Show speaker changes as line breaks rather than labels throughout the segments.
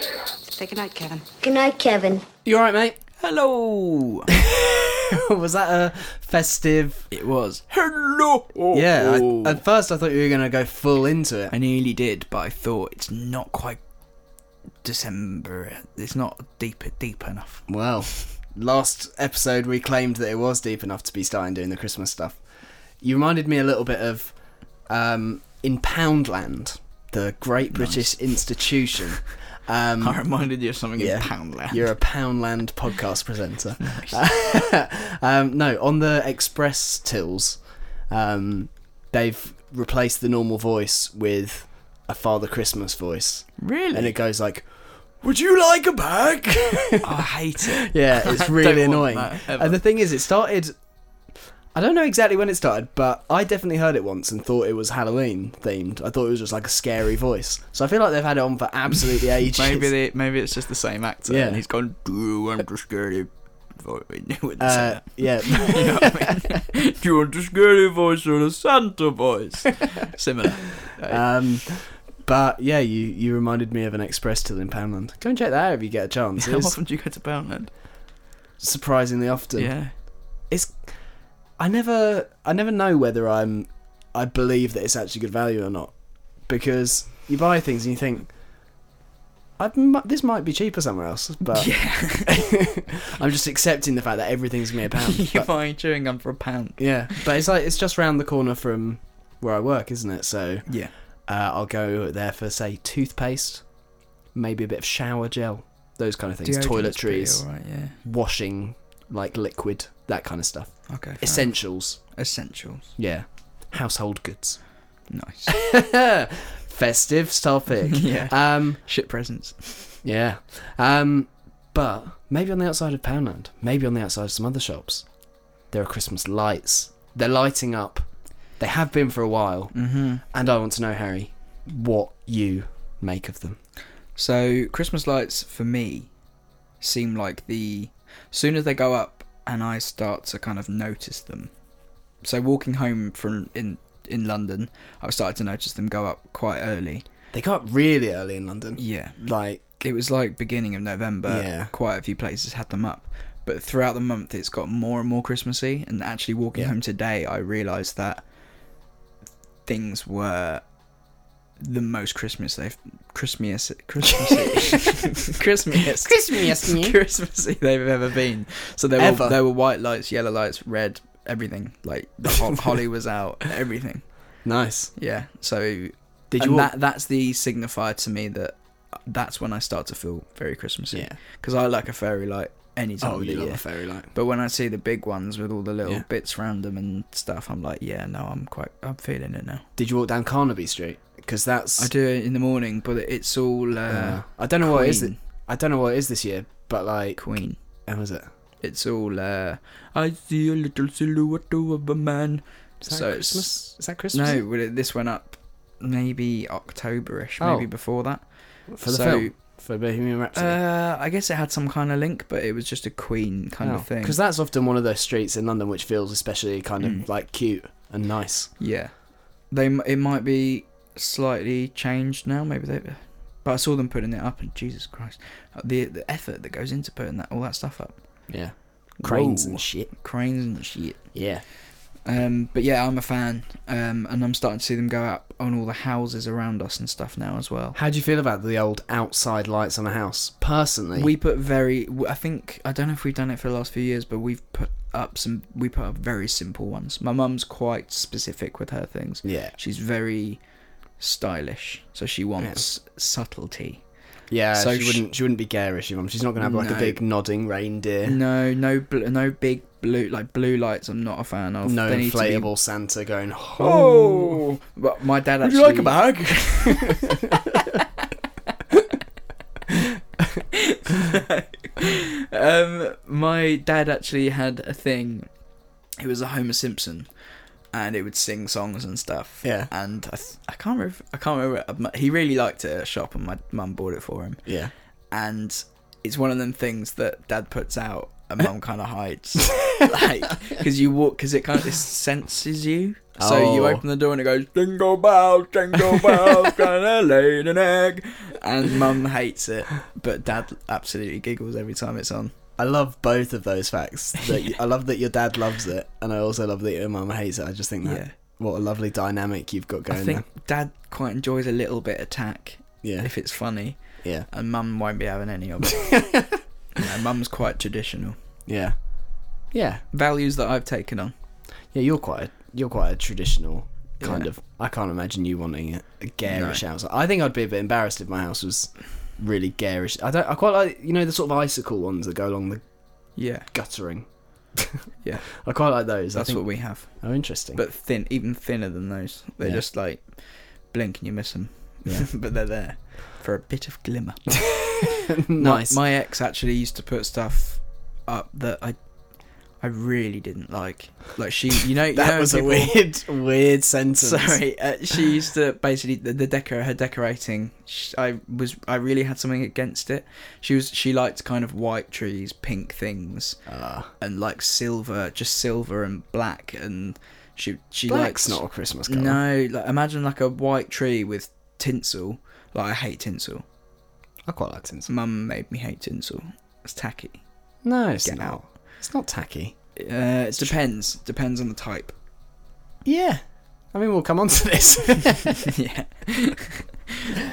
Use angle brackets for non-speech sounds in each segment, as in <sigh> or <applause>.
Say goodnight, Kevin.
Good night, Kevin.
You alright, mate?
Hello.
<laughs> was that a festive?
It was. Hello.
Yeah. I, at first, I thought you were gonna go full into it.
I nearly did, but I thought it's not quite December. It's not deep deep enough.
Well, last episode we claimed that it was deep enough to be starting doing the Christmas stuff. You reminded me a little bit of um, in Poundland, the Great British Institution. Um,
<laughs> I reminded you of something in Poundland.
You're a Poundland podcast
<laughs>
presenter. <laughs> um, no, on the Express tills, um, they've replaced the normal voice with a Father Christmas voice,
Really?
and it goes like, "Would you like a
<laughs>
bag?" <laughs>
Oh, I hate it.
yeah, it's
don't
really
want
annoying.
that, ever.
and the thing is, it started. I don't know exactly when it started, but I definitely heard it once and thought it was Halloween themed. I thought it was just like a scary voice. So I feel like they've had it on for absolutely ages.
<laughs> Maybe they, maybe it's just the same actor.
Yeah.
And he's gone. Do you understand it? <laughs> Oh, we knew it.
Uh,
<laughs>
yeah.
you know what I mean? <laughs> Do you want a scary voice or a Santa voice? Similar. <laughs>
Um, but yeah, you, you reminded me of an express till in Poundland. Go and check that out if you get a
<laughs>
chance.
How
It's
often do you go to Poundland?
surprisingly often.
Yeah.
It's I never I never know whether I'm I believe that it's actually good value or not because you buy things and you think I'd, mu- this might be cheaper somewhere else, but
<laughs> Yeah.
<laughs> I'm just accepting the fact that everything's gonna be a
<laughs>
pound.
You're
But-
buying chewing gum for a pound.
yeah, but it's like it's just round the corner from where I work, isn't it? So
Yeah.
Uh, I'll go there for say toothpaste, maybe a bit of shower gel, those kind of things, toiletries,
Alright, yeah.
washing like liquid, that kind of stuff.
Okay. fair.
Essentials,
Essentials.
yeah, household goods. <laughs>
<laughs> Nice.
Festive topic.
<laughs> Yeah.
Um.
Shit presents.
Yeah. Um. But maybe on the outside of Poundland, maybe on the outside of some other shops, there are Christmas lights. They're lighting up. They have been for a while.
Mm-hmm.
And I want to know, Harry, what you make of them.
So Christmas lights for me seem like the soon as they go up and I start to kind of notice them. So walking home from in in London, I've started to notice them go up quite early.
They got up really early in London.
Yeah.
Like,
It was like beginning of November.
Yeah.
Quite a few places had them up. But throughout the month it's got more and more Christmassy and actually walking
Yeah.
home today I realised that things were the most Christmas they've Christmas
<laughs>
Christmas Christmas Christmassy they've ever been. So there
Ever.
were there were white lights, yellow lights, red, everything. Like the
<laughs>
ho- holly was out, everything.
Nice.
Yeah. So
Did
and
you?
that that's the signifier to me that uh, that's when I start to feel very Christmassy.
Yeah.
Because I like a fairy light any time
Oh,
of the
you love
year.
a fairy light.
But when I see the big ones with all the little
Yeah.
bits around them and stuff, I'm like, yeah, no, I'm quite, I'm feeling it now.
Did you walk down Carnaby Street? Because that's.
I do it in the morning, but it's all uh,
uh, I don't know what it is. That,
Queen.
I don't know what it is this year, but like,
Queen.
how was it?
It's all uh, I see a little silhouette of a man.
Is that
So it's-
Christmas? Is that Christmas?
No, well, it- this went up maybe Octoberish,
Oh.
maybe before that.
for the
so-
film for Bohemian Rhapsody. Oh,
Uh, I guess it had some kind of link, but it was just a Queen kind of thing.
Because that's often one of those streets in London which feels especially kind of
Mm.
like cute and nice.
Yeah, they m- it might be slightly changed now. Maybe they, but I saw them putting it up, and Jesus Christ, Uh, the the effort that goes into putting that all that stuff up,
Yeah. Cranes
Whoa.
and shit.
cranes and shit.
Yeah.
Um, but yeah, I'm a fan, um, and I'm starting to see them go up on all the houses around us and stuff now as well.
How do you feel about the old outside lights on a house? Personally,
We put very. w- I think I don't know if we've done it for the last few years, but we've put up some. We put up very simple ones. My mum's quite specific with her things.
Yeah.
She's very stylish, so she wants subtlety.
Yeah,
So
she
sh-
wouldn't. She wouldn't be garish, your mum. She's not gonna have like a
No.
big nodding reindeer.
No, no, bl- no big blue like blue lights. I'm not a fan of.
no
They need to be-
inflatable Santa going. Oh,
Oh, but my dad
would
actually.
you like a bag?
<laughs> Um, my dad actually had a thing. It was a Homer Simpson, and it would sing songs and stuff.
Yeah.
And I, th- I can't remember. I can't remember. um, He really liked it at a shop, and my mum bought it for him.
Yeah.
And it's one of them things that dad puts out,
<laughs>
and mum kind of hides, like because you walk because it kind of it senses you. So you
Oh. <laughs>
open the door and it goes jingle bells, jingle bells, gonna lay an egg, and mum hates it, but dad absolutely giggles every time it's on.
I love both of those facts. That you- I love that your dad loves it, and I also love that your mum hates it. I just think that
Yeah.
what a lovely dynamic you've got going
I think dad quite enjoys a little bit of tack
there. Yeah,
if it's funny,
yeah,
and mum won't be having any of it.
<laughs>
You know, mum's quite traditional.
yeah, yeah,
Values that I've taken on.
yeah. You're quite a, you're quite a traditional kind
Yeah.
of. I can't imagine you wanting a, a garish house. I think I'd be a bit embarrassed if my house was really garish. I don't. I quite like you know the sort of icicle ones that go along the
Yeah,
guttering.
<laughs> Yeah.
I quite like those.
that's
I think
what we have.
oh, interesting. <laughs>
But thin, even thinner than those. They're
Yeah.
just like blink and you miss them.
Yeah.
<laughs> but they're there for a bit
<laughs>
of glimmer. My-
nice.
My, ex actually used to put stuff up that I I really didn't like. Like she,
<laughs>
you know, you
that
know
was
people-
a weird, weird sentence.
<laughs> Sorry, uh, she used to basically the, the decor her decorating. Sh I was I really had something against it. She was she liked kind of white trees, pink things,
Ah.
and like silver, just silver and black. And she she
Black's
likes
not a Christmas colour.
no. Like imagine like a white tree with tinsel. Like I hate tinsel.
I quite like tinsel.
Mum made me hate tinsel. It's tacky.
No, it's
Get
not.
out.
It's not tacky.
Uh, it depends. Depends on the
<laughs>
type. <laughs>
Yeah. I mean, we'll come on to this.
<laughs> yeah.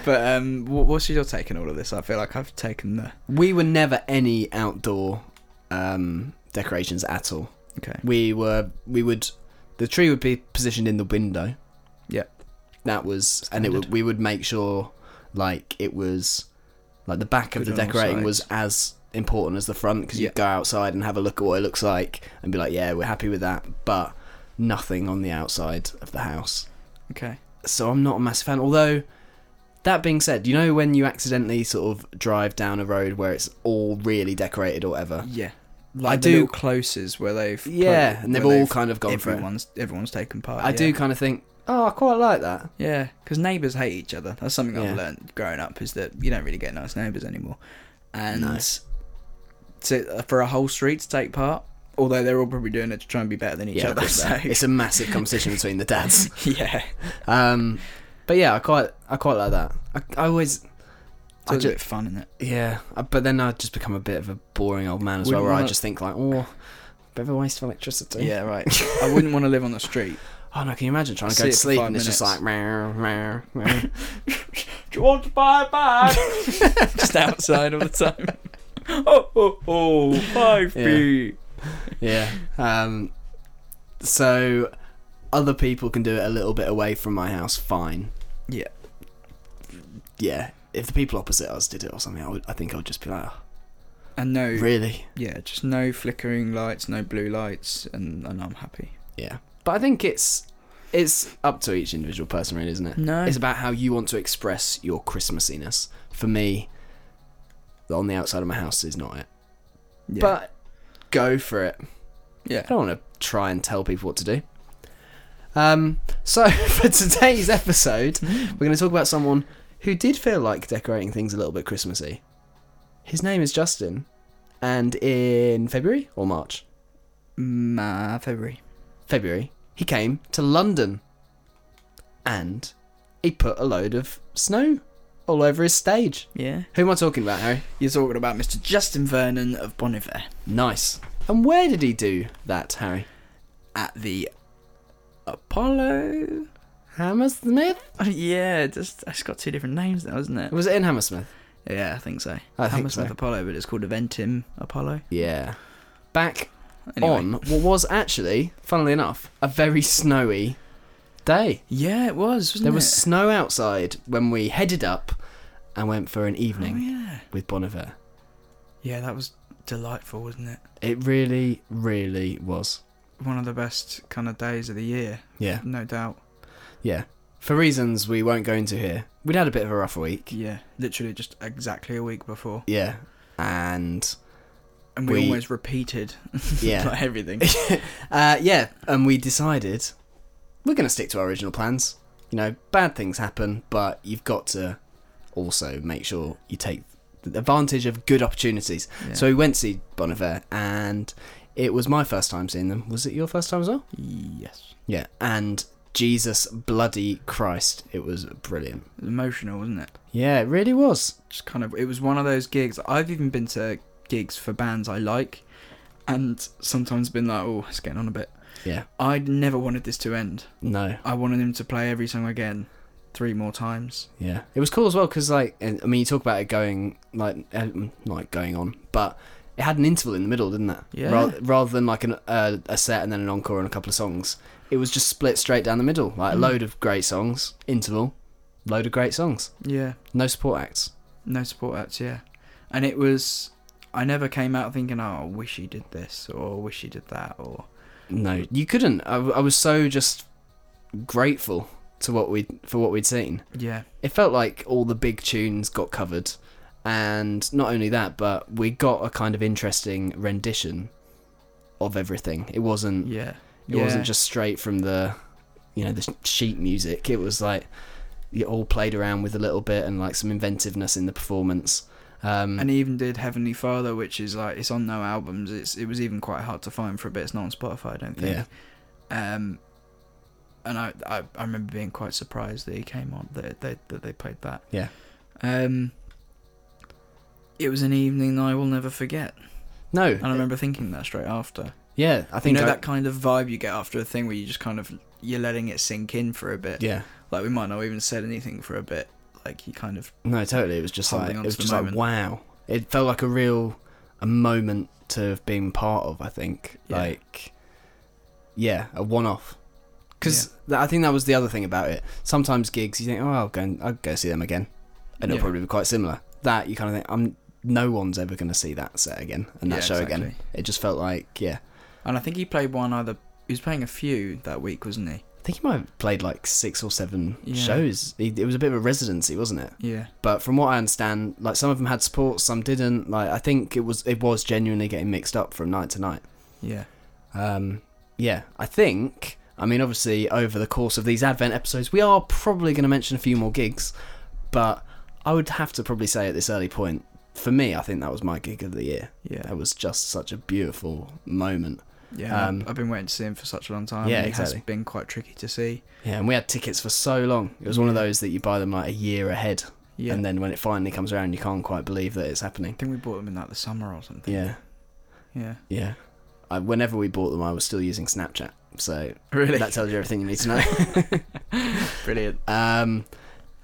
but um, wh- what's your take on all of this? I feel like I've taken the
we were never any outdoor um, decorations at all.
okay.
We were, we would, the tree would be positioned in the window.
Yeah.
That was, and it would,
Standard.
we would make sure, like, it was, like, the back of the
Good on all
decorating
sides.
was as important as the front because
Yeah.
you'd go outside and have a look at what it looks like and be like, yeah, we're happy with that, but nothing on the outside of the house.
Okay.
so I'm not a massive fan. Although, that being said, you know when you accidentally sort of drive down a road where it's all really decorated or whatever?
Yeah.
I
Like the
do-
little closes where they've
Yeah,
played-
and they've
where
all kind of gone for it.
everyone's everyone's taken part.
I
yeah.
do kind of think, oh, I quite like that.
Yeah, because neighbours hate each other. That's something
Yeah.
I've learned growing up is that you don't really get nice neighbours anymore. And
No.
to, uh, for a whole street to take part, although they're all probably doing it to try and be better than each
Yeah,
other.
that's
So
that. it's a massive competition between the dads.
<laughs> yeah,
Um, but yeah, I quite, I quite like that. I, I always,
so
I
it's a
just,
bit fun in it.
yeah. I- But then I just become a bit of a boring old man as
Wouldn't
well, where I
wanna-
just think like, oh, bit of a waste of electricity.
Yeah, right. I wouldn't want to live on the street.
<laughs>
<laughs>
Oh no, can you imagine trying to
See
go
it
to
for
sleep
five
and it's just like,
minutes.
meow, meow,
<laughs>
meow. <laughs>
Do you want to buy a bag? <laughs> Just outside all the time. oh, oh, oh, five B.
yeah. Um, so other people can do it a little bit away from my house, fine.
Yeah.
Yeah. If the people opposite us did it or something, I, would, I think I would just be like, "Oh,
And no,
really?
yeah, just no flickering lights, no blue lights, and, and I'm happy.
Yeah. But I think it's it's up to each individual person, really, isn't it?
No.
It's about how you want to express your Christmassiness. For me, the on the outside of my house is not it.
yeah.
But go for it.
yeah,
I don't want to try and tell people what to do. Um, so <laughs> for today's episode,
Mm-hmm.
we're going to talk about someone who did feel like decorating things a little bit Christmassy. His name is Justin, and in February or March,
Ma February.
February, he came to London, and he put a load of snow all over his stage.
Yeah,
Who am I talking about, Harry?
you're talking about Mr. Justin Vernon of Bon Iver
Nice. And where did he do that, Harry?
at the Apollo. Oh,
Hammersmith?
Yeah, just it's got two different names now, isn't it?
Was it in Hammersmith?
Yeah, I think so.
I think
Hammersmith
so.
Apollo, but it's called Eventim Apollo.
Yeah. Back
Anyway.
on what was actually, funnily enough, a very snowy day.
Yeah, it was. Wasn't
There
it?
was snow outside when we headed up and went for an
Oh,
evening
yeah.
with Bon Iver.
Yeah, that was delightful, wasn't it?
It really, really was.
One of the best kind of days of the year,
Yeah.
no doubt.
Yeah. For reasons we won't go into here, we'd had a bit of a rough week.
Yeah, literally just exactly a week before,
Yeah. And
and we,
We-
almost repeated <laughs>
yeah. <laughs>
like everything.
uh, yeah. And we decided we're going to stick to our original plans. You know, bad things happen, but you've got to also make sure you take advantage of good opportunities.
Yeah.
So we went to see Bon Iver, and it was my first time seeing them. Was it your first time as well?
yes,
Yeah. And Jesus bloody Christ. It was brilliant.
It was emotional, wasn't it?
Yeah, it really was.
Just kind of, it was one of those gigs. I've even been to gigs for bands I like, and sometimes been like, oh, it's getting on a bit.
Yeah.
I never wanted this to end.
No.
I wanted him to play every song again, three more times.
Yeah. It was cool as well because like and- I mean you talk about it going like um, like going on, but it had an interval in the middle, didn't it?
Yeah.
Rather, rather than like an, uh, a set and then an encore and a couple of songs, it was just split straight down the middle. Like a
Mm.
load of great songs, interval, load of great songs,
Yeah,
no support acts.
no support acts. Yeah, and it was. I never came out thinking, oh, I wish he did this or I wish he did that or
No, you couldn't. I, w- I was so just grateful to what we for what we'd seen.
yeah,
It felt like all the big tunes got covered, and not only that, but we got a kind of interesting rendition of everything. It wasn't.
yeah.
It
yeah.
wasn't just straight from the, you know, the sheet music. It was like it all played around with a little bit and like some inventiveness in the performance. Um,
And he even did Heavenly Father, which is like it's on no albums. It's it was even quite hard to find for a bit. It's not on Spotify, I don't think. Yeah. Um, and I, I I remember being quite surprised that he came on that they that they played that.
Yeah.
Um. It was an evening I will never forget,
no,
and I remember thinking that straight after.
yeah, I
You
think
know
I-
that kind of vibe you get after a thing where you just kind of you're letting it sink in for a bit.
yeah,
Like we might not even said anything for a bit. Like you kind of
no, totally. It was just like
Holding
it
on
was
to the
just like
moment.
wow. It felt like a real a moment to have been part of. I think
Yeah.
like yeah, a one off. Because I think that was the other thing about it. Sometimes gigs, you think, oh, I'll go, and, I'll go see them again, and it'll
Yeah.
probably be quite similar. That you kind of think, I'm no one's ever going to see that set again and that
Yeah,
show again.
exactly.
It just felt like, yeah,
And I think he played one either. He was playing a few that week, wasn't he?
I think he might have played like six or seven
Yeah.
shows. He, it was a bit of a residency, wasn't it?
Yeah.
But from what I understand, like some of them had support, some didn't. Like I think it was it was genuinely getting mixed up from night to night.
Yeah.
Um, yeah, I think. I mean, obviously, over the course of these Advent episodes, we are probably going to mention a few more gigs, but I would have to probably say at this early point, for me, I think that was my gig of the year.
Yeah.
That was just such a beautiful moment.
Yeah.
Um,
I've been waiting to see him for such a long time.
Yeah,
and It
exactly.
has been quite tricky to see.
Yeah, and we had tickets for so long. It was one of those that you buy them like a year ahead,
Yeah.
and then when it finally comes around, you can't quite believe that it's happening.
I think we bought him in like the summer or something.
Yeah,
Yeah.
yeah. I, whenever we bought them, I was still using Snapchat, so
<laughs> Really.
that tells you everything you need to
<laughs>
know.
brilliant.
Um,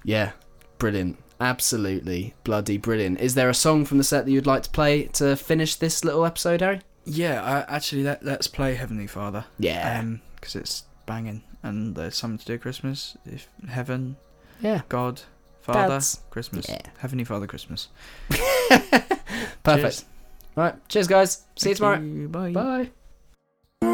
yeah, brilliant. Absolutely bloody brilliant. Is there a song from the set that you'd like to play to finish this little episode, Harry?
Yeah. I, actually, let, let's play Heavenly Father.
Yeah.
Um 'cause because it's banging, and there's something to do with Christmas. If heaven,
yeah. <laughs>
God, Father,
That's-
Christmas,
yeah.
Heavenly Father, Christmas.
Perfect.
Cheers.
All right. Cheers, guys. See you
Thank
tomorrow.
you,
Bye.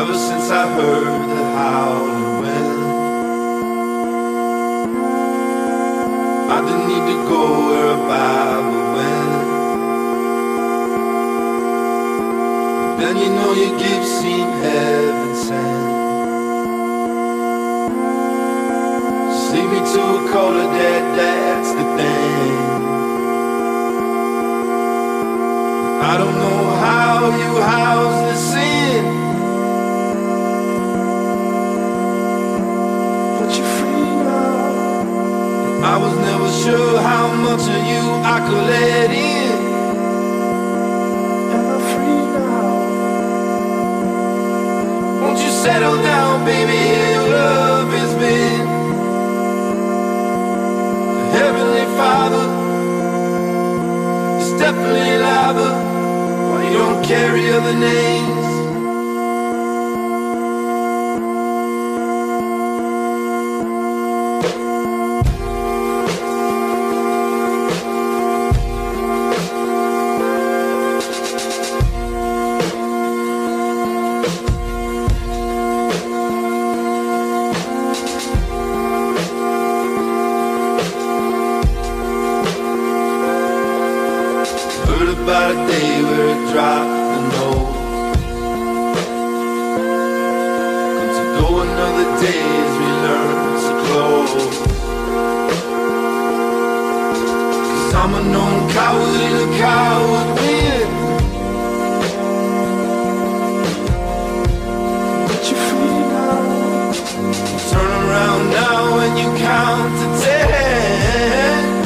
Ever since I heard the howling wind, I didn't need to go where a Bible went. Then you know your gifts seem heaven sent. Just lead me to a color that that's the thing. I don't know how you house the sin. but you're free now. I was never sure how much of you I could let in. And I'm free now. Won't you settle down, baby? Your love has been the Heavenly Father. It's definitely lava. Why you don't carry other names? days we learn to close. Cause I'm a known coward, a coward, yeah. But you're free now. Turn around now and you count to ten.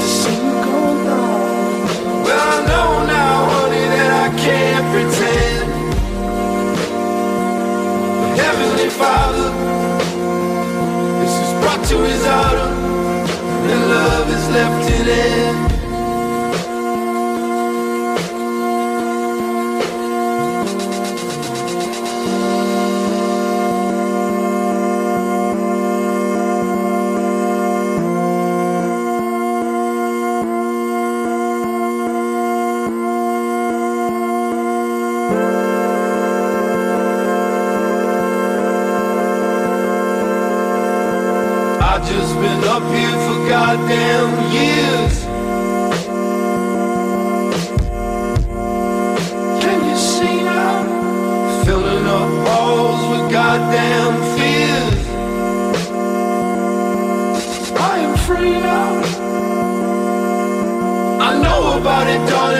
Just let me go now. Well, I know now, honey, that I can't pretend. But Heavenly Father, this is brought to his altar, and love is left in it. I've just been up here for goddamn years. Can you see now? Filling up walls with goddamn fears. I am free now. I know about it, darling.